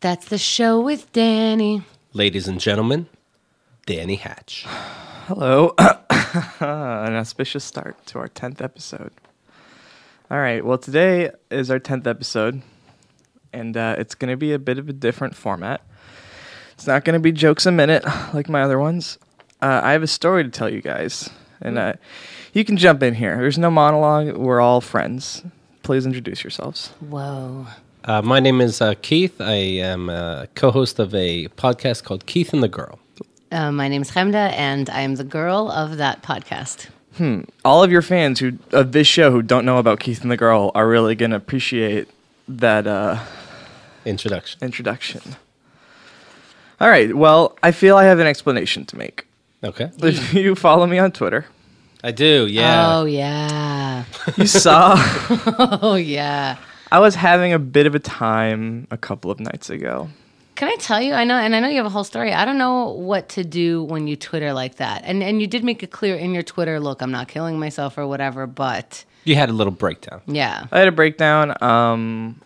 That's the show with Danny. Ladies and gentlemen, Danny Hatch. Hello. An auspicious start to our 10th episode. All right. Well, today is our 10th episode, and uh, it's going to be a bit of a different format. It's not going to be jokes a minute like my other ones. Uh, I have a story to tell you guys, and uh, you can jump in here. There's no monologue. We're all friends. Please introduce yourselves. Whoa. Uh, my name is uh, Keith. I am a co host of a podcast called Keith and the Girl. Uh, my name's Hemda, and I'm the girl of that podcast. all of your fans who of this show who don't know about Keith and the Girl are really going to appreciate that uh, Introduction. introduction. All right. Well, I feel I have an explanation to make. Okay. If you follow me on Twitter, I do, yeah. Uh, Oh, yeah. you saw Oh, yeah. I was having a bit of a time a couple of nights ago. Can I tell you? I know, and I know you have a whole story. I don't know what to do when you Twitter like that. And and you did make it clear in your Twitter, look, I'm not killing myself or whatever, but You had a little breakdown. yeah. I had a breakdown. Um,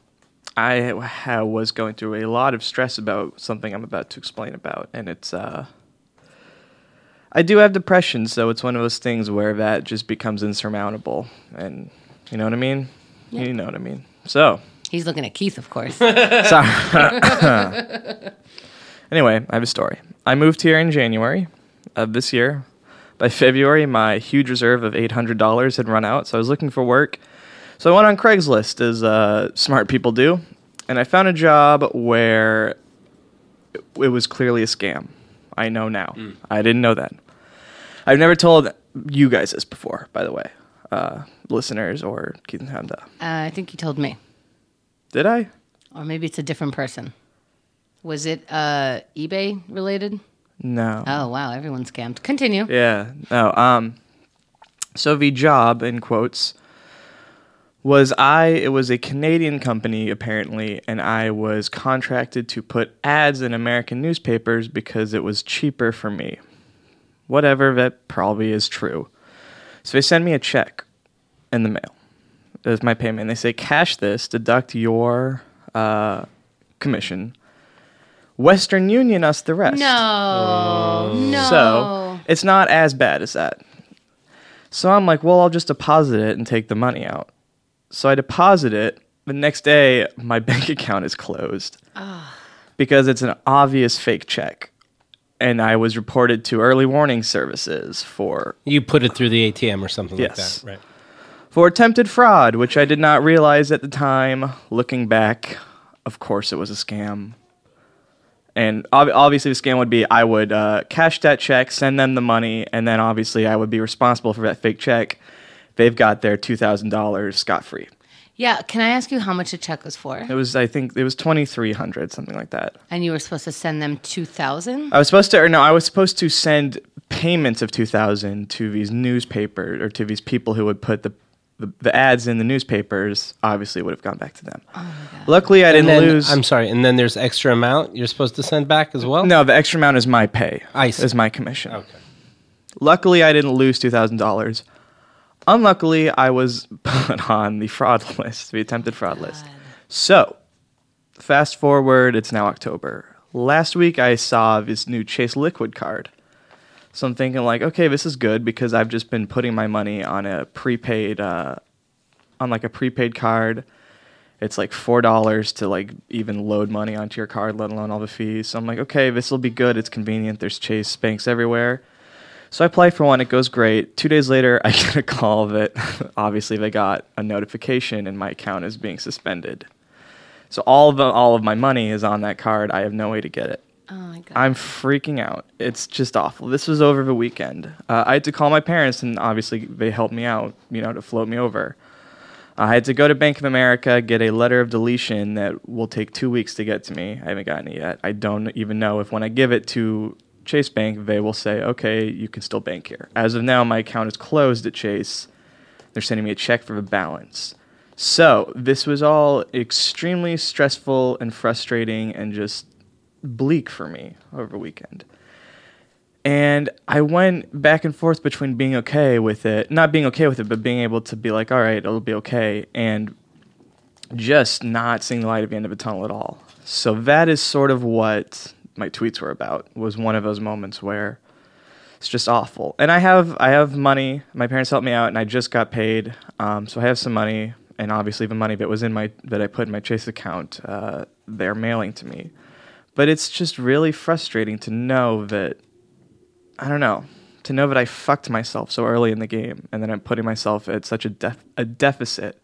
I ha- was going through a lot of stress about something I'm about to explain about, and it's. Uh, I do have depression, so it's one of those things where that just becomes insurmountable, and you know what I mean. You know what I mean. So He's looking at Keith, of course. Uh, sorry. anyway, I have a story. I moved here in January of this year. By February, my huge reserve of $800 had run out, so I was looking for work. So I went on Craigslist, as uh, smart people do, and I found a job where it- it was clearly a scam. I know now. I didn't know that. I've never told you guys this before, by the way, uh, listeners or Keith and Honda. Uh, I think you told me, Did I? or maybe it's a different person. Was it uh, eBay related? No. Oh wow, everyone scammed. Continue. Yeah. No. Um. So the job in quotes was I. It was a Canadian company apparently, and I was contracted to put ads in American newspapers because it was cheaper for me. Whatever that probably is true. So they send me a check in the mail. As my payment, they say cash this, deduct your uh, commission. Western Union us the rest. No, no. Oh. So it's not as bad as that. So I'm like, well, I'll just deposit it and take the money out. So I deposit it. The next day, my bank account is closed because it's an obvious fake check. And I was reported to early warning services for, You put it through the ATM or something Yes. like that, right? for attempted fraud, which I did not realize at the time. Looking back, of course, it was a scam. And ob- obviously, the scam would be I would uh, cash that check, send them the money, and then obviously I would be responsible for that fake check. They've got their two thousand dollars scot free. yeah. Can I ask you how much a check was for? It was I think it was twenty three hundred something like that. And you were supposed to send them two thousand. I was supposed to, or no, I was supposed to send payments of two thousand to these newspapers or to these people who would put the the, the ads in the newspapers. Obviously, it would have gone back to them. Luckily, I And didn't then, lose. I'm sorry, and then there's extra amount you're supposed to send back as well? No, the extra amount is my pay. I see. Is my commission. Okay. Luckily, I didn't lose two thousand dollars. Unluckily, I was put on the fraud list, the attempted fraud list. So, fast forward, it's now October. Last week, I saw this new Chase Liquid card. So I'm thinking like, okay, this is good because I've just been putting my money on a prepaid, uh, on like a prepaid card. It's like four dollars to like even load money onto your card, let alone all the fees. So I'm like, okay, this will be good. It's convenient. There's Chase banks everywhere. So I apply for one. It goes great. Two days later, I get a call that obviously they got a notification and my account is being suspended. So all of the, all of my money is on that card. I have no way to get it. Oh my god. I'm freaking out. It's just awful. This was over the weekend. Uh, I had to call my parents, and obviously they helped me out, you know, to float me over. Uh, I had to go to Bank of America, get a letter of deletion that will take two weeks to get to me. I haven't gotten it yet. I don't even know if when I give it to Chase Bank, they will say, okay, you can still bank here. As of now, my account is closed at Chase. They're sending me a check for the balance. So this was all extremely stressful and frustrating and just bleak for me over the weekend. And I went back and forth between being okay with it, not being okay with it, but being able to be like, all right, it'll be okay, and just not seeing the light at the end of a tunnel at all. So that is sort of what my tweets were about. Was one of those moments where it's just awful. And I have I have money. My parents helped me out, and I just got paid, um, so I have some money. And obviously, the money that was in my that I put in my Chase account, uh, they're mailing to me. But it's just really frustrating to know that I don't know to know that I fucked myself so early in the game, and then I'm putting myself at such a def- a deficit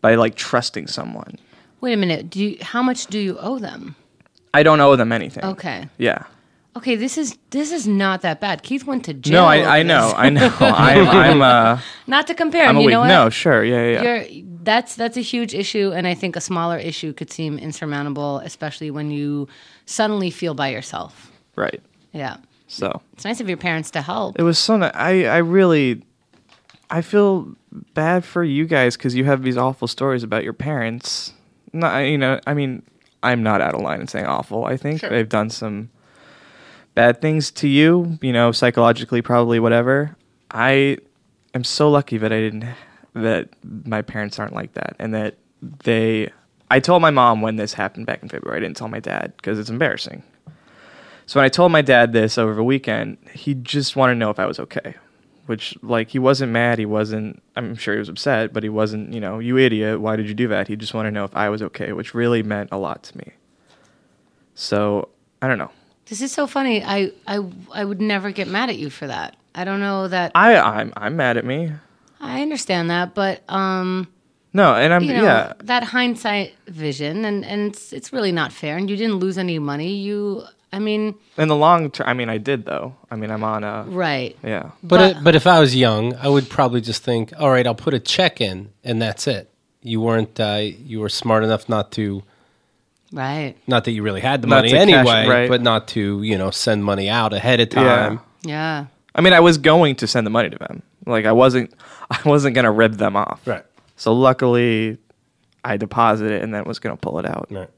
by like trusting someone. Wait a minute. Do you, how much do you owe them? I don't owe them anything. Okay. Yeah. Okay, this is this is not that bad. Keith went to jail. No, over I, I this. know, I know. I'm, I'm, uh, Not to compare. I'm and a you weak. know what? No, sure, yeah, yeah. yeah. You're, that's that's a huge issue, and I think a smaller issue could seem insurmountable, especially when you suddenly feel by yourself. Right. Yeah, So it's nice of your parents to help. it was so. Ni- I I really, I feel bad for you guys because you have these awful stories about your parents. No, I- you know, I mean, I'm not out of line in saying awful. I think they've done some bad things to you. You know, psychologically, probably whatever. I am so lucky that I didn't. That my parents aren't like that, and that they. I told my mom when this happened back in February. I didn't tell my dad because it's embarrassing. So when I told my dad this over the weekend, he just wanted to know if I was okay. Which, like, he wasn't mad. He wasn't, I'm sure he was upset, but he wasn't, you know, you idiot. Why did you do that? He just wanted to know if I was okay, which really meant a lot to me. So, I don't know. This is so funny. I I I would never get mad at you for that. I don't know that I, I, I'm, I'm mad at me. understand that, but um, No, and I'm, you know, yeah. that hindsight vision, and and it's it's really not fair. And you didn't lose any money. You, I mean, In the long term, I mean, I did, though. I mean, I'm on a, right? yeah. But But- but, but if I was young, I would probably just think, all right, I'll put a check in, and that's it. You weren't uh, you were smart enough not to Right. not that you really had the Not money to cash- anyway, right. but not to you know send money out ahead of Yeah. time. Yeah. I mean, I was going to send the money to them. Like, I wasn't, I wasn't going to rip them off. Right. So luckily, I deposited it and then was going to pull it out. Right.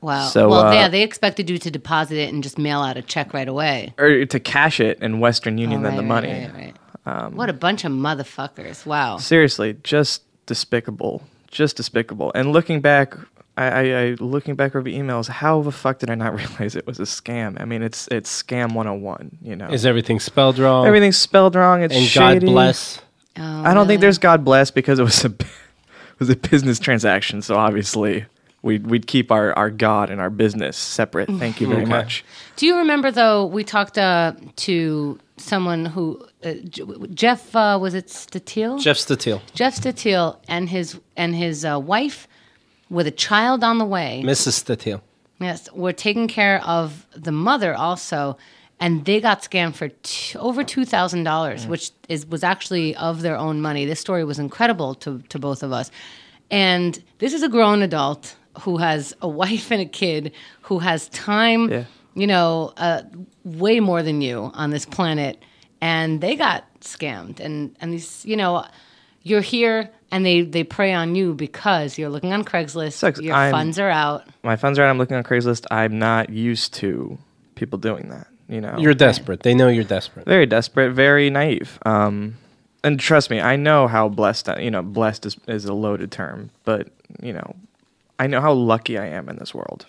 Wow. So, well, uh, yeah, they expected you to deposit it and just mail out a check right away. or to cash it in Western Union than Oh, Right, the right, money. Um, right, right. what a bunch of motherfuckers! Wow. Seriously, just despicable, just despicable. And looking back, I, I, I looking back over the emails, how the fuck did I not realize it was a scam? I mean, it's it's scam 101, you know. Is everything spelled wrong? Everything's spelled wrong. It's and shady. God bless. Oh, I don't really? think there's God bless because it was a it was a business transaction, so obviously. We'd, we'd keep our, our God and our business separate. Thank you very Okay. much. Do you remember though? We talked uh, to someone who uh, J- Jeff uh, was it Statil? Jeff Steele, Jeff Statil and his and his uh, wife with a child on the way. Mrs. Steele. Yes, we're taking care of the mother also, and they got scammed for t- over two thousand Mm. dollars, which is was actually of their own money. This story was incredible to to both of us, and this is a grown adult who has a wife and a kid who has time, Yeah. you know, uh, way more than you on this planet, and they got scammed, and and these, you know. You're here, and they, they prey on you because you're looking on Craigslist. Sucks. Your I'm- funds are out. My funds are out. I'm looking on Craigslist. I'm not used to people doing that. You know, You're desperate. They know you're desperate. very desperate, very naive. Um, and trust me, I know how blessed I, you know blessed is, is a loaded term, but you know, I know how lucky I am in this world.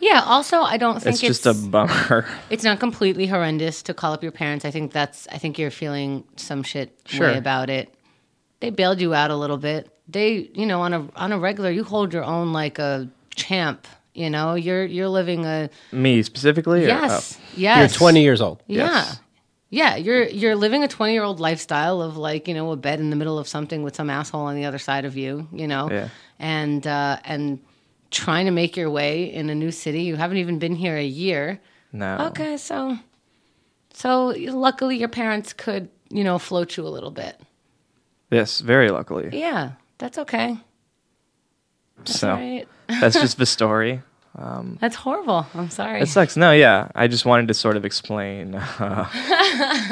Yeah. Also, I don't think It's it's just a bummer. it's not completely horrendous to call up your parents. I think that's I think you're feeling some shit Sure. way about it. They bailed you out a little bit. They, you know, on a on a regular, you hold your own like a champ. You know, you're you're living a Me specifically. or- yes, oh, yes. You're 20 years old. Yeah. Yes. Yeah, you're you're living a 20-year-old lifestyle of like, you know, a bed in the middle of something with some asshole on the other side of you, you know. Yeah. And uh and trying to make your way in a new city. You haven't even been here a year. no. Okay, so so luckily your parents could, you know, float you a little bit. Yes, very luckily. Yeah, that's okay. so Right. that's just the story. That's horrible. I'm sorry. It sucks. No, yeah. I just wanted to sort of explain uh,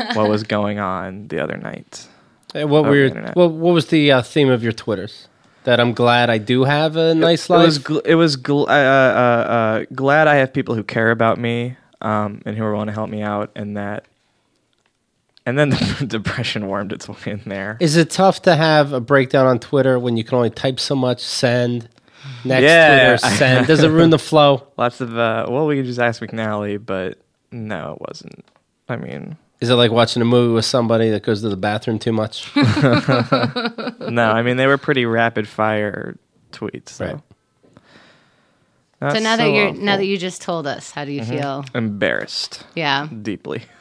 what was going on the other night. Hey, Uh, what the were your, internet. what, what was the uh, theme of your Twitters? That I'm glad I do have a nice It life. was gl- it was gl- uh, uh, uh, glad I have people who care about me um, and who are willing to help me out, and that And then the depression wormed its way in there. Is it tough to have a breakdown on Twitter when you can only type so much? Send next Yeah. Twitter send. Does it ruin the flow? Lots of, uh, well, we could just ask McNally, but no, it wasn't. I mean, Is it like watching a movie with somebody that goes to the bathroom too much? no, I mean, they were pretty rapid fire tweets. So. Right. So Mm-hmm. Not now that so you're awful. now that you just told us, how do you feel? embarrassed Yeah. deeply.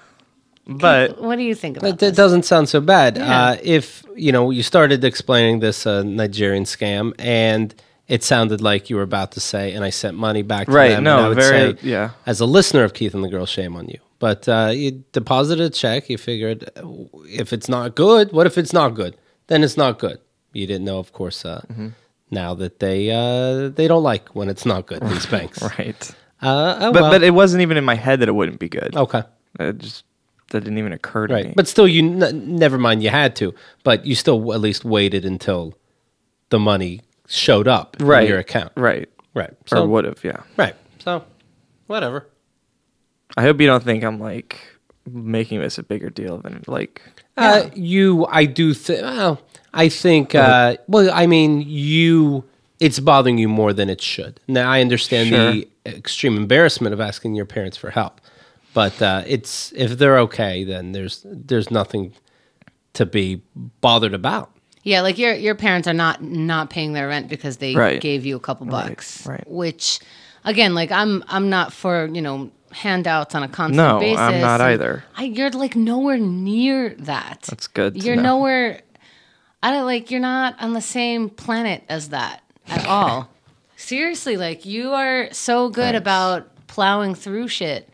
But What do you think about That, this? that doesn't sound so bad. Yeah. Uh, if you know, you started explaining this uh, Nigerian scam, and it sounded like you were about to say, "And I sent money back." To Right, Them, no, and I would very- say, yeah. As a listener of Keith and the Girl, shame on you. But uh, you deposited a check. You figured uh, if it's not good, what if it's not good? Then it's not good. You didn't know, of course. Uh, Mm-hmm. Now that they uh, they don't like when it's not good. These banks. right. Uh, oh, But well. but it wasn't even in my head that it wouldn't be good. okay. It just that didn't even occur to me. Right. But still, you n- never mind. You had to, but you still at least waited until the money showed up right in your account. Right. Right. or would have, yeah. Right. So, whatever. I hope you don't think I'm like making this a bigger deal than like Uh, you, I do think. Well, I think. Uh, well, I mean, you. It's bothering you more than it should. Now, I understand the extreme embarrassment of asking your parents for help, but uh, it's if they're okay, then there's there's nothing to be bothered about. Yeah, like your your parents are not not paying their rent because they Right. gave you a couple bucks. right. Which again, like I'm I'm not for, you know, handouts on a constant No, I'm basis. not and either. I you're like nowhere near that. That's good to You're know. nowhere I don't like you're not on the same planet as that at all. Seriously, like you are so good about plowing through shit.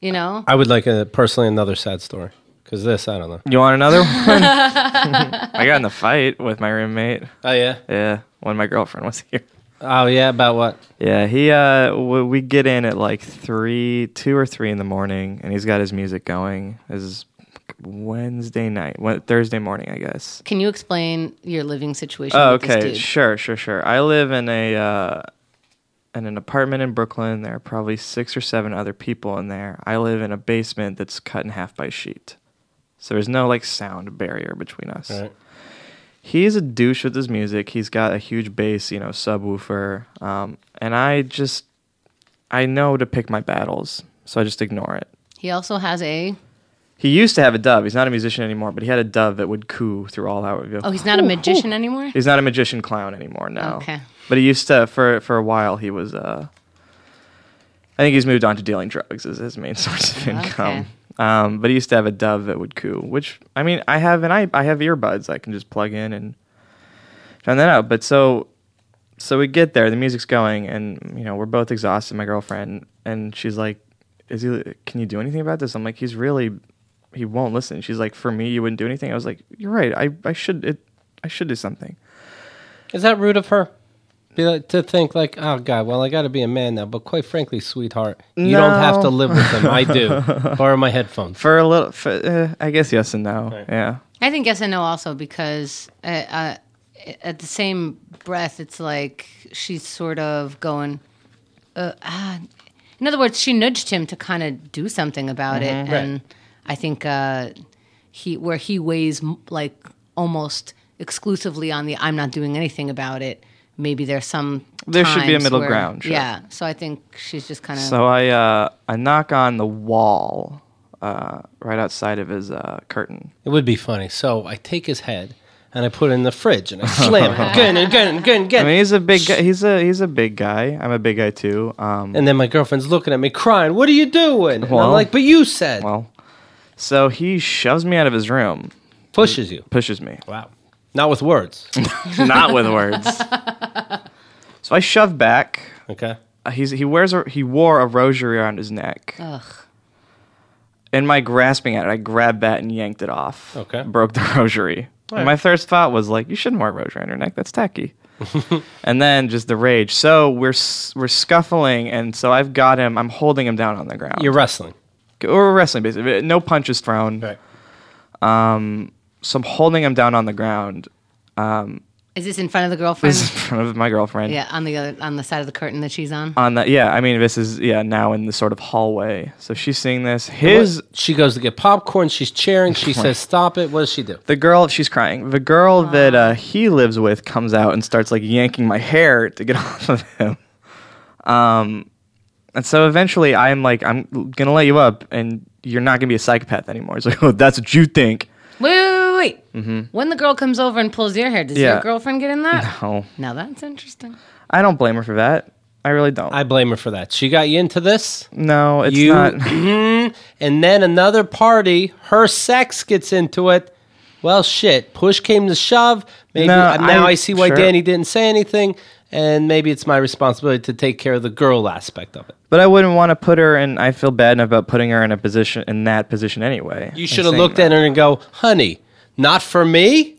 You know? I would like a, personally another sad story because this I don't know. you want another one? I got in a fight with my roommate. Oh yeah. Yeah, when my girlfriend was here. Oh yeah. About what? Yeah, he uh w- we get in at like 3 2 or 3 in the morning and he's got his music going. This is Wednesday night, Wed- Thursday morning, I guess. Can you explain your living situation? Oh, with this okay, dude? sure, sure, sure. I live in a uh, in an apartment in Brooklyn. There are probably six or seven other people in there. I live in a basement that's cut in half by a sheet, so there's no like sound barrier between us. All right. He's a douche with his music. He's got a huge bass, you know, subwoofer, um, and I just I know to pick my battles, so I just ignore it. He also has a He used to have a dove. He's not a musician anymore, but he had a dove that would coo through all our. Oh, he's not a magician anymore? He's not a magician clown anymore now. Okay. But he used to for for a while he was uh I think he's moved on to dealing drugs as his main source of income. Um but he used to have a dove that would coo, which I mean I have and I I have earbuds I can just plug in and turn that out. But so so we get there, the music's going and you know, we're both exhausted, my girlfriend, and she's like, Is he can you do anything about this? I'm like, he's really he won't listen. She's like, For me you wouldn't do anything. I was like, You're right, I, I should it I should do something. Is that rude of her? Be like, to think like, oh god, well I got to be a man now. But quite frankly, sweetheart, you don't have No. to live with them. I do. Borrow my headphones. For a little, for, uh, I guess yes and no. Yeah. I think yes and no also because uh, uh, at the same breath, it's like she's sort of going. Uh, ah. In other words, she nudged him to kind of do something about Mm-hmm. it, and I think uh, he where he weighs m- like almost exclusively on the "I'm not doing anything about it." Maybe there's some There should be a times middle where- ground, sure. Yeah, so I think she's just kind of So I uh, I knock on the wall uh, right outside of his uh, curtain. It would be funny. So I take his head and I put it in the fridge and I slam it again and again and again and I again. mean, he's a big guy. He's a he's a big guy. I'm a big guy too. Um, And then my girlfriend's looking at me crying. What are you doing? And I'm Well- like, but you said well, so he shoves me out of his room, pushes you. pushes me, Wow. Not with words. not with words. So I shove back. Okay. Uh, He's he wears a, he wore a rosary around his neck. ugh. in my grasping at it, I grabbed that and yanked it off. Okay. Broke the rosary. And my first thought was like, you shouldn't wear a rosary on your neck. That's tacky. and then just the rage. So we're s- we're scuffling, and so I've got him. I'm holding him down on the ground. You're wrestling. Or wrestling, basically. No punches thrown. So I'm holding him down on the ground. Is this in front of the girlfriend? This is in front of my girlfriend. yeah, on the other on the side of the curtain that she's on. On that, yeah. I mean, this is yeah now in the sort of hallway. So she's seeing this. His she goes to get popcorn. She's cheering. She says, "Stop it!" What does she do? the girl. She's crying. The girl that uh, he lives with comes out and starts like yanking my hair to get off of him. Um, and so eventually, I'm like, I'm gonna let you up, and you're not gonna be a psychopath anymore. It's like, oh, that's what you think. Wait, wait, wait. wait. When the girl comes over and pulls your hair, does Mm-hmm. Yeah. your girlfriend get in that? Oh, Now that's interesting. I don't blame her for that. I really don't. I blame her for that. She got you into this. no, it's you not. Mhm. and then another party. Her sex gets into it. Well, shit. Push came to shove. Maybe No, uh, now I, I- see why sure. Danny didn't say anything, and maybe it's my responsibility to take care of the girl aspect of it. But I wouldn't want to put her in. I feel bad enough about putting her in a position in that position anyway. You should have looked at her and go, "Honey, not for me."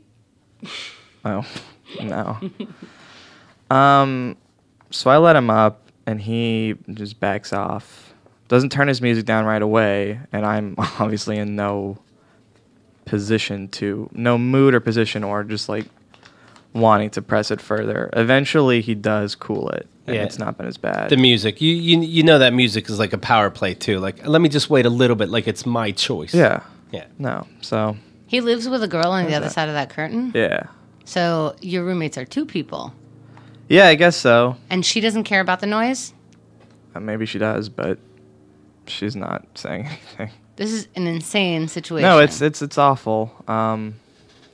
Oh, no. um, so I let him up, and he just backs off. Doesn't turn his music down right away, and I'm obviously in no position to, no mood or position, or just like wanting to press it further. Eventually, he does cool it, and Yeah. it's not been as bad. The music, you, you you know that music is like a power play too. Like, let me just wait a little bit. Like it's my choice. yeah, yeah. no. So He lives with a girl on the other side of that curtain. yeah, So your roommates are two people, yeah, I guess so. and she doesn't care about the noise. Uh, Maybe she does, but she's not saying anything. This is an insane situation. No, it's it's it's awful. Um,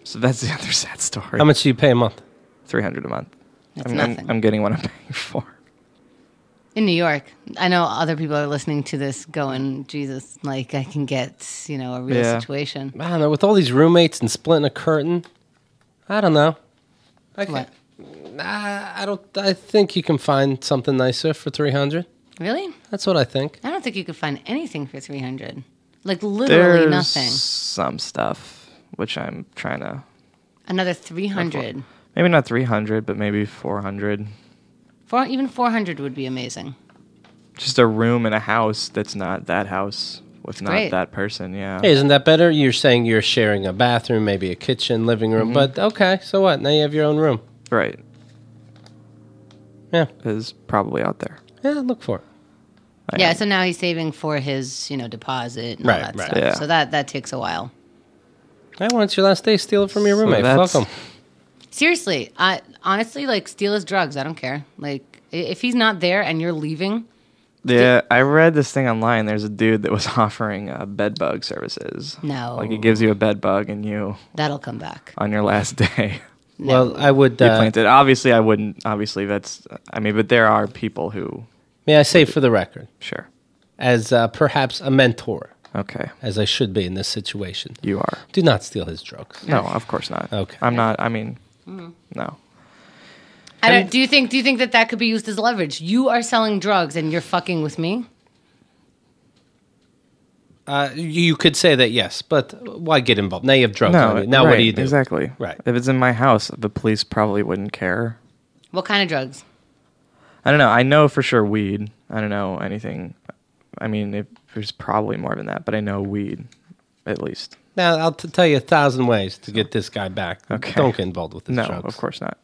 so that's the other sad story. How much do you pay a month? Three hundred a month. That's I'm, nothing. I'm, I'm getting what I'm paying for. in New York. I know other people are listening to this, going, "Jesus, like I can get you know a real Yeah. situation." I don't know. With all these roommates and splitting a curtain, I don't know. I can't. What? I, I don't. I think you can find something nicer for three hundred. Really? That's what I think. I don't think you could find anything for three hundred. Like literally nothing. some stuff which I'm trying to Another three hundred. maybe not three hundred, but maybe four hundred. Four, even four hundred would be amazing. Just a room in a house that's not that house with not great. that person. Yeah. Hey, isn't that better? You're saying you're sharing a bathroom, maybe a kitchen, living room, Mm-hmm. but okay. So what? Now you have your own room. Right. Yeah. Is probably out there. Yeah. Look for it. I yeah. am. So now he's saving for his you know deposit and Right, all that right. stuff. Yeah. So that that takes a while. I want it's your last day. Steal it from your So roommate. Fuck that's- him. Seriously, I honestly like steal his drugs. I don't care. Like i- if he's not there and you're leaving, Yeah, I read this thing online. There's a dude that was offering uh, bed bug services. No. like he gives you a bed bug and you that'll come back. on your last day Well, I would. you uh, plant it. Obviously, I wouldn't. Obviously, that's. I mean, but there are people who may I say for the record, sure. as uh, perhaps a mentor, Okay, as I should be in this situation, you are. do not steal his drugs. No, of course not. Okay. I'm not. I mean, no. I don't, do you think do you think that that could be used as leverage? You are selling drugs and you're fucking with me. Uh, you could say that, yes, but why get involved? Now you have drugs on No. you. Oh, Now what right, do you do? Exactly. Right. If it's in my house, the police probably wouldn't care. What kind of drugs? I don't know. I know for sure weed. I don't know anything. I mean, it, there's probably more than that, but I know weed, at least. Now I'll t- tell you a thousand ways to get this guy back. Okay. Don't get involved with his no, drugs. of course not.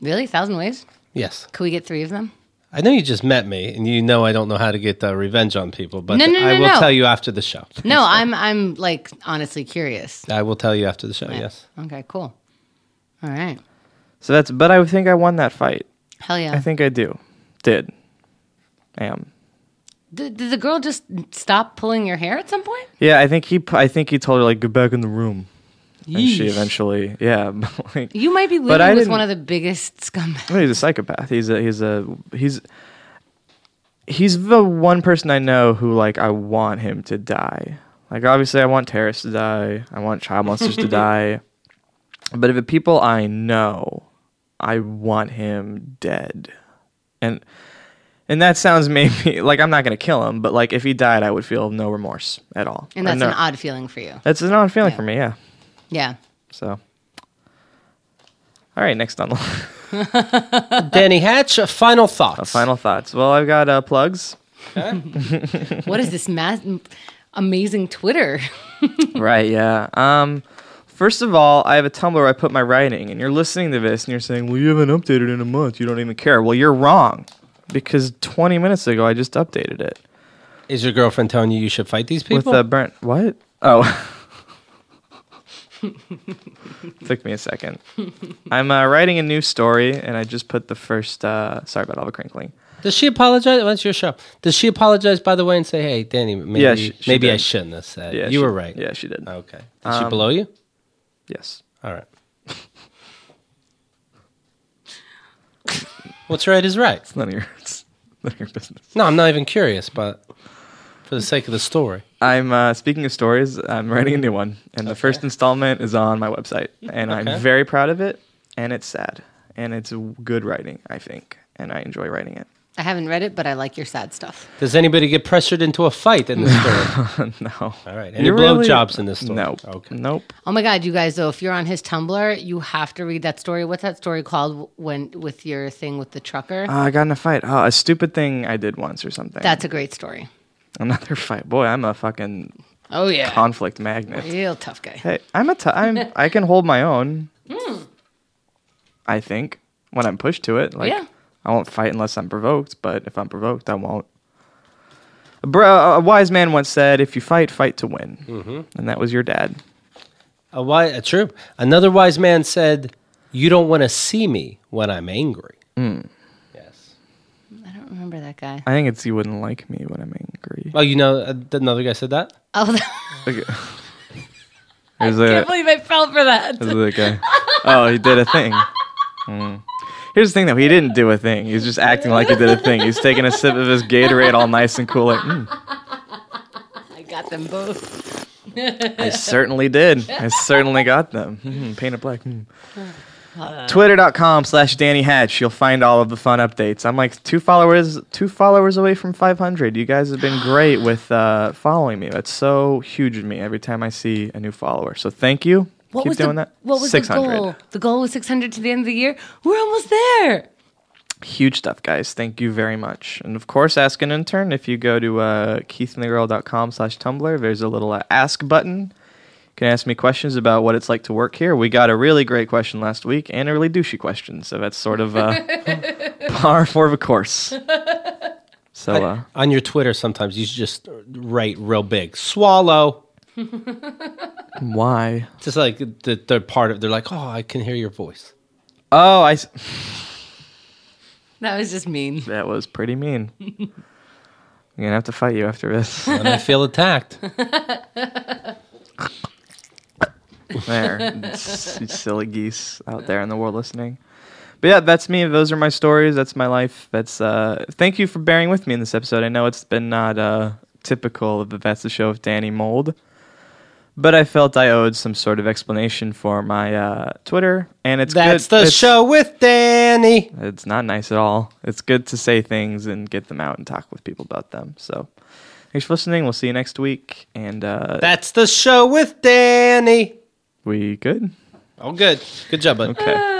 Really, thousand ways? Yes, Could we get three of them? I know you just met me, and you know I don't know how to get uh, revenge on people, but No, no, I no, will no. tell you after the show. No, I'm I'm like honestly curious. I will tell you after the show. Yes. Okay, cool. All right. So that's. But I think I won that fight. Hell yeah. I think I do. Did. Am. D- did the girl just stop pulling your hair at some point? Yeah, I think he. p- I think he told her like, "Go back in the room," and she Yeesh. eventually. Yeah, but, like You might be I living with didn't- one of the biggest scumbags. he's a psychopath. He's a. He's a. He's. He's the one person I know who like I want him to die. Like obviously I want terrorists to die. I want child monsters to die. But if the people I know, I want him dead. And and that sounds maybe like I'm not gonna kill him, but like if he died, I would feel no remorse at all. And Or that's no- an odd feeling for you. That's an odd feeling Yeah. for me, yeah. Yeah. So, all right, next on the Danny Hatch, uh, final thoughts. final thoughts. Well, I've got uh, plugs. What is this ma- amazing Twitter? right, yeah. Um, First of all, I have a Tumblr where I put my writing, and you're listening to this and you're saying, Well, you haven't updated in a month. You don't even care. Well, you're wrong because 20 minutes ago I just updated it Is your girlfriend telling you you should fight these people? with a burnt. What? Oh. Took me a second. I'm uh, writing a new story, and I just put the first. Uh, sorry about all the crinkling. Does she apologize? Well, it's your show. Does she apologize, by the way, and say, hey, Danny, maybe, Yeah, she- she maybe I did. shouldn't have said. Yeah, Uh, you she- were right. Oh. Yeah, she did. Okay. Did she blow you? Yes. All right. What's right is right. It's none of your. It's none of your business. No, I'm not even curious, but for the sake of the story. I'm uh, speaking of stories. I'm writing a new one, and the first installment is on my website, and Okay. I'm very proud of it. And it's sad, and it's good writing, I think, and I enjoy writing it. I haven't read it, but I like your sad stuff. Does anybody get pressured into a fight in this story? no. All right. Any You blowjobs in this story? Nope. Okay. Nope. Oh my god, you guys! Though, if you're on his Tumblr, you have to read that story. What's that story called? When with your thing with the trucker? Uh, I got in a fight. Oh, a stupid thing I did once or something. That's a great story. another fight. Boy, I'm a fucking Oh yeah, conflict magnet. real tough guy. Hey, I'm a t- I'm I can hold my own. Hmm. I think when I'm pushed to it, like Yeah. I won't fight unless I'm provoked. But if I'm provoked, I won't. A, bro- a wise man once said, "If you fight, fight to win," and that was your dad. A wise, a true. Another wise man said, "You don't want to see me when I'm angry." Yes. I don't remember that guy. I think it's you wouldn't like me when I'm angry. Well, you know, uh, another guy said that. Oh, Okay. There's I a- can't believe I fell for that. This is the guy. Oh, he did a thing. Mm. Here's the thing, though. He didn't do a thing. He's just acting like he did a thing. He's taking a sip of his Gatorade, all nice and cool. Like, mm, I got them both. I certainly did. I certainly got them. Mm, painted black. Mm. Twitter.com slash Danny Hatch. You'll find all of the fun updates. I'm like two followers, two followers away from 500. You guys have been great with uh, following me. That's so huge of me every time I see a new follower. So thank you. What Keep was doing the, that. What was 600. the goal? The goal was 600 to the end of the year. We're almost there. huge stuff guys thank you very much and of course ask an intern if you go to uh, keithandthegirl.com slash tumblr there's a little uh, ask button you can ask me questions about what it's like to work here we got a really great question last week and a really douchey question so that's sort of uh, par for the course so uh, On your Twitter, sometimes you should just write real big, swallow. why Just like the, they're part of. They're like, oh, I can hear your voice. oh i s- That was just mean. that was pretty mean i'm gonna have to fight you after this And I feel attacked. there, s- silly geese out there in the world listening. But yeah, that's me. Those are my stories. That's my life. That's uh, thank you for bearing with me in this episode. I know it's been not uh, typical of the That's the Show of Danny Mold, but I felt I owed some sort of explanation for my uh, Twitter, and it's That's good- the it's- show with Danny. It's not nice at all. It's good to say things and get them out and talk with people about them. So, thanks for listening. We'll see you next week. And uh, That's the show with Danny. we good? Oh, good. Good job, bud. Okay.